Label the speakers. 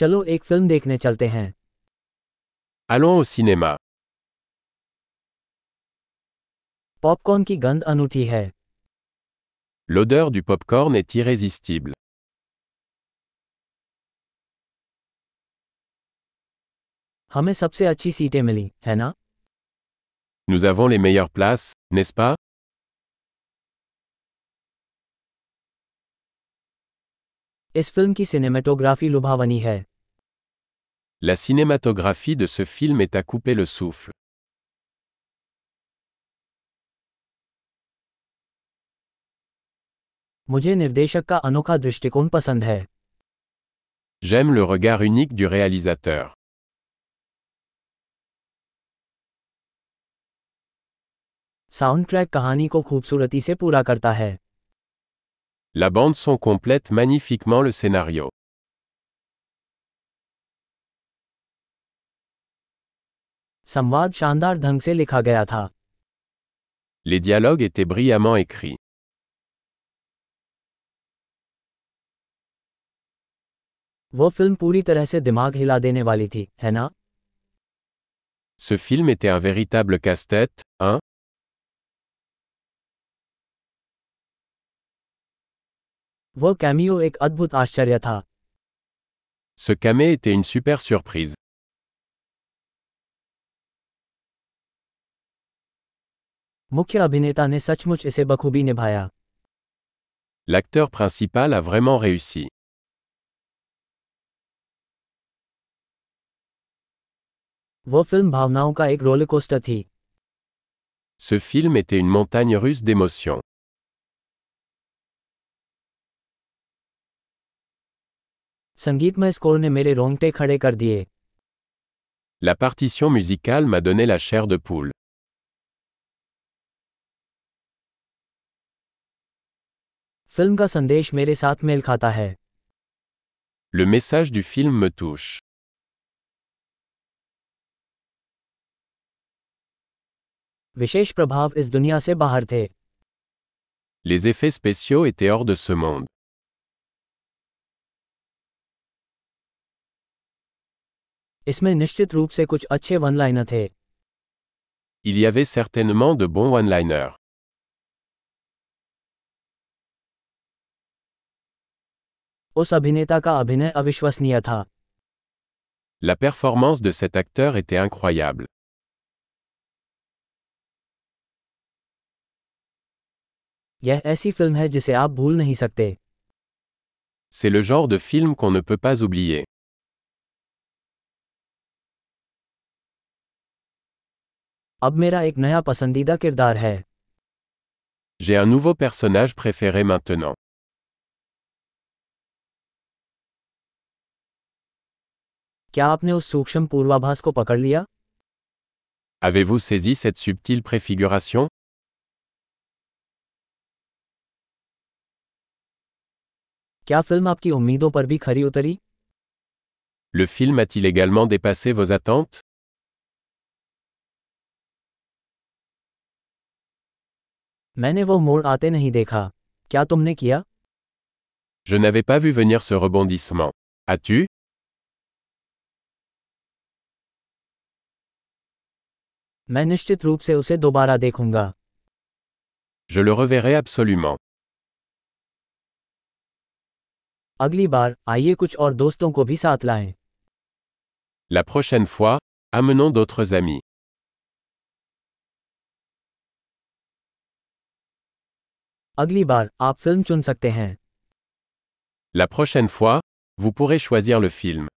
Speaker 1: चलो एक फिल्म देखने चलते हैं
Speaker 2: Allons au cinéma.
Speaker 1: पॉपकॉर्न की गंध अनूठी है
Speaker 2: L'odeur du pop-corn est irrésistible.
Speaker 1: हमें सबसे अच्छी सीटें मिली है ना
Speaker 2: Nous avons les meilleures places, n'est-ce pas
Speaker 1: इस फिल्म की सिनेमेटोग्राफी लुभावनी है
Speaker 2: La cinématographie de ce film est à couper le souffle.
Speaker 1: मुझे निर्देशक का अनोखा दृष्टिकोण पसंद है
Speaker 2: J'aime le regard unique du réalisateur.
Speaker 1: Sound track कहानी को खूबसूरती से पूरा करता है
Speaker 2: La bande son complète magnifiquement le scénario.
Speaker 1: संवाद शानदार ढंग से लिखा गया था
Speaker 2: Les dialogues étaient brillamment écrits.
Speaker 1: वो फिल्म पूरी तरह से दिमाग हिला देने वाली थी है ना
Speaker 2: Ce film était un véritable casse-tête, hein
Speaker 1: वो कैमियो एक अद्भुत आश्चर्य था
Speaker 2: Ce camé était une super surprise.
Speaker 1: मुख्य अभिनेता ने सचमुच इसे बखूबी निभाया
Speaker 2: L'acteur principal a vraiment réussi.
Speaker 1: वो फिल्म भावनाओं का एक रोलकोस्टर थी
Speaker 2: Ce film était une montagne russe d'émotions.
Speaker 1: संगीतमय स्कोर ने मेरे रोंगटे खड़े कर दिए
Speaker 2: La partition musicale m'a donné la chair de poule.
Speaker 1: Film का संदेश मेरे साथ मेल खाता है
Speaker 2: Le message du film me touche.
Speaker 1: विशेष प्रभाव इस दुनिया से बाहर थे
Speaker 2: Les effets spéciaux étaient hors de ce monde.
Speaker 1: इसमें निश्चित रूप से कुछ अच्छे वन लाइनर थे
Speaker 2: Il y avait certainement de bons one-liners.
Speaker 1: उस अभिनेता का अभिनय अविश्वसनीय था
Speaker 2: La performance de cet acteur était incroyable.
Speaker 1: यह ऐसी फिल्म है जिसे आप भूल नहीं सकते
Speaker 2: C'est le genre de film qu'on ne peut pas oublier.
Speaker 1: अब मेरा एक नया पसंदीदा किरदार है
Speaker 2: J'ai un nouveau personnage préféré maintenant.
Speaker 1: क्या आपने उस सूक्ष्म पूर्वाभास को पकड़ लिया
Speaker 2: Avez-vous saisi cette subtile préfiguration
Speaker 1: क्या फिल्म आपकी उम्मीदों पर भी खरी उतरी
Speaker 2: Le film a-t-il également dépassé vos attentes
Speaker 1: मैंने वो मोड़ आते नहीं देखा क्या तुमने किया
Speaker 2: Je n'avais pas vu venir ce rebondissement. As-tu
Speaker 1: मैं निश्चित रूप से उसे दोबारा देखूंगा
Speaker 2: Je le reverrai absolument.
Speaker 1: अगली बार आइए कुछ और दोस्तों को भी साथ लाएं
Speaker 2: La prochaine fois, amenons d'autres amis.
Speaker 1: अगली बार आप फिल्म चुन सकते हैं
Speaker 2: La prochaine fois, vous pourrez choisir le film.